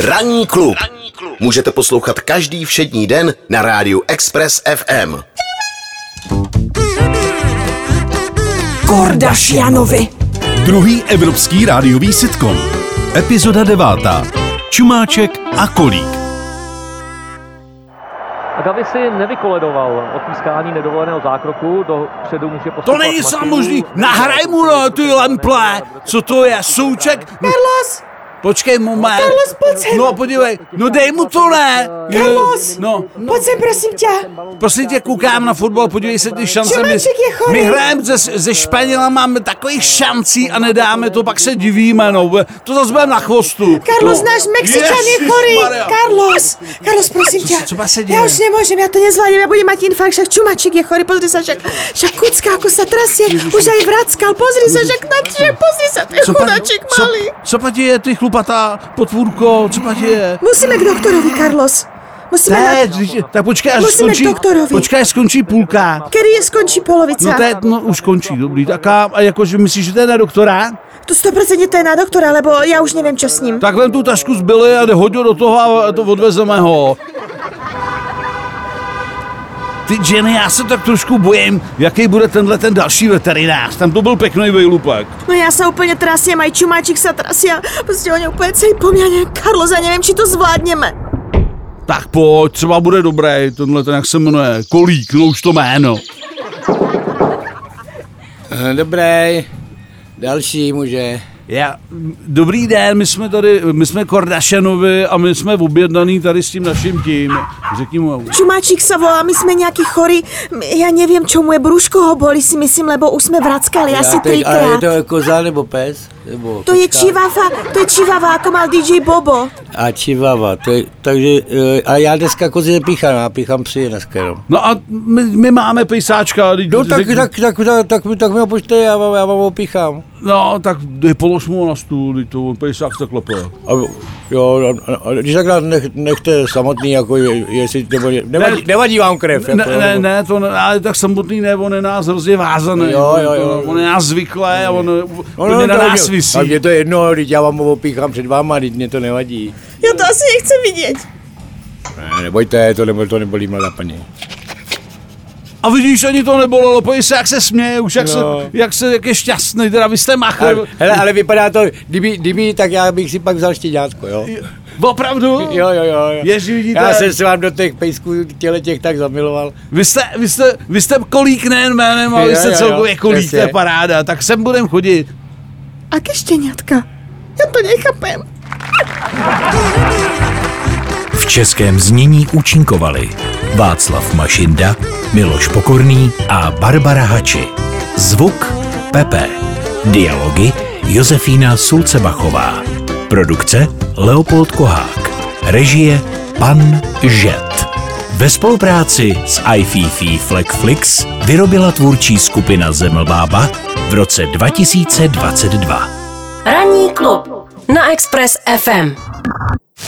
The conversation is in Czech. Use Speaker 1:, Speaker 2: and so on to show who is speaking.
Speaker 1: Ranní klub. Můžete poslouchat každý všední den na rádiu Express FM.
Speaker 2: Kordašianovi.
Speaker 3: Druhý evropský rádiový sitcom. Epizoda devátá. Čumáček a kolík.
Speaker 4: Tak aby si nevykoledoval od pískání nedovoleného zákroku, do předu může postupovat...
Speaker 5: To není
Speaker 4: Matějů.
Speaker 5: samozřejmě. Nahraj mu no, ty lample. Co to je, souček? Carlos! Počkej moment. Carlos,
Speaker 2: pojď sem.
Speaker 5: No podívej, no dej mu to ne.
Speaker 2: Carlos!
Speaker 5: No,
Speaker 2: Pojď sem, prosím tě.
Speaker 5: prosím tě, koukám na fotbal, podívej se, ty šance. my-
Speaker 2: Čumáček je chorý.
Speaker 5: My hrajeme ze, ze Španěla, máme takových šancí a nedáme to, pak se divíme, no. To zase budeme na chvostu.
Speaker 2: Carlos,
Speaker 5: no.
Speaker 2: náš Mexičan je chorý.
Speaker 5: Ježišmarja.
Speaker 2: Carlos, Carlos, prosím tě.
Speaker 5: se- co se děje?
Speaker 2: Já už nemůžem, já to nezvládnem, já budu mít infarkt, však čumaček je chorý, pozri se, však, však kucká, jako se trasě, už aj vrackal, pozri se, však na tě, pozri se, ten
Speaker 5: pa-
Speaker 2: chudáček
Speaker 5: co,
Speaker 2: malý.
Speaker 5: co pa děje, ty chlupatá potvůrko, co pa děje?
Speaker 2: Musíme k doktorovi, Carlos. Musíme
Speaker 5: Ne,
Speaker 2: na...
Speaker 5: když- tak počkej, až
Speaker 2: Musíme k
Speaker 5: skončí,
Speaker 2: doktorovi.
Speaker 5: počkej, až skončí půlka.
Speaker 2: Který je skončí polovica?
Speaker 5: No to je, no už končí, dobrý, tak a, a jakože myslíš, že to je na doktora?
Speaker 2: To 100% to je na doktora, lebo já už nevím, co s ním.
Speaker 5: Tak vem tu tašku z Billy a hoď ho do toho a to odvezeme ho. Ty Jenny, já se tak trošku bojím, jaký bude tenhle ten další veterinář. Tam to byl pěkný vejlupek.
Speaker 2: No já se úplně trasím, mají čumáček se trasí a prostě oni úplně celý poměrně. Carlos, já nevím, či to zvládněme.
Speaker 5: Tak pojď, třeba bude dobrý, tenhle ten, jak se jmenuje, kolík, no už to jméno.
Speaker 6: Dobrý, Eh, další muže.
Speaker 5: Já, dobrý den, my jsme tady, my jsme Kordašenovi a my jsme objednaný tady s tím naším tím, řekni mu.
Speaker 2: Čumáčik se volá, my jsme nějaký chory. M- Já nevím, čemu je brůško ho bolí, si myslím, lebo už jsme vrackali asi
Speaker 6: ale je
Speaker 2: trikrát.
Speaker 6: to koza nebo pes? Nebo
Speaker 2: To je
Speaker 6: kočka?
Speaker 2: čivava, to je čivava, jako mal DJ Bobo.
Speaker 6: A čivava, to je, takže, eh, a já dneska kozy nepíchám, já píchám psi dneska jenom.
Speaker 5: No a my, my máme pejsáčka. teď-
Speaker 6: No tak,
Speaker 5: řekni-
Speaker 6: tak, tak, tak, tak, mi- tak mi ho pošte, já vám, já vám ho píchám.
Speaker 5: No, tak dej, polož mu ho na stůl, teď to on pejsák se klepe.
Speaker 6: A, jo, a, a, a, když tak nás nech, nechte samotný, jako je, jestli, nebo, nevadí, nevadí vám krev.
Speaker 5: Ne,
Speaker 6: jako,
Speaker 5: ne,
Speaker 6: nebo-
Speaker 5: ne, to ne, ale tak samotný ne, on je nás hrozně vázaný.
Speaker 6: Jo, jo,
Speaker 5: on-
Speaker 6: jo.
Speaker 5: On je nás zvyklé a on, on,
Speaker 6: No,
Speaker 5: je
Speaker 6: no,
Speaker 5: na
Speaker 6: to-
Speaker 5: nás
Speaker 6: A mě
Speaker 5: visí.
Speaker 6: to je jedno, teď já vám ho opíchám před váma, teď mě to nevadí.
Speaker 2: Já to asi nechci vidět.
Speaker 6: Ne, nebojte, to, nebo, to nebolí mladá paní.
Speaker 5: A vidíš, ani to nebolelo, podívej se, jak se směje, už jak, se, jak, se, jak je šťastný, teda vy jste
Speaker 6: Ale,
Speaker 5: machl.
Speaker 6: hele, ale vypadá to, kdyby, kdyby, tak já bych si pak vzal štěňátko, jo?
Speaker 5: Opravdu?
Speaker 6: Jo, jo, jo. jo.
Speaker 5: Ježi, vidíte?
Speaker 6: Já jsem se vám do těch pejsků těle těch tak zamiloval.
Speaker 5: Vy jste, vy jste, vy jste kolík nejen jménem, ale vy
Speaker 6: Jo,
Speaker 5: jste
Speaker 6: jo,
Speaker 5: celkově
Speaker 6: jo,
Speaker 5: kolík, to je
Speaker 6: přesně.
Speaker 5: paráda, tak sem budem chodit.
Speaker 2: A ke štěňátka. Já to nechápem.
Speaker 7: V českém znění účinkovali Václav Mašinda, Miloš Pokorný a Barbara Hači. Zvuk Pepe. Dialogy Josefína Sulcebachová. Produkce Leopold Kohák. Režie Pan Žet. Ve spolupráci s iFiFi Flexflix vyrobila tvůrčí skupina Zemlbába v roce 2022.
Speaker 8: Ranní klub na Express FM.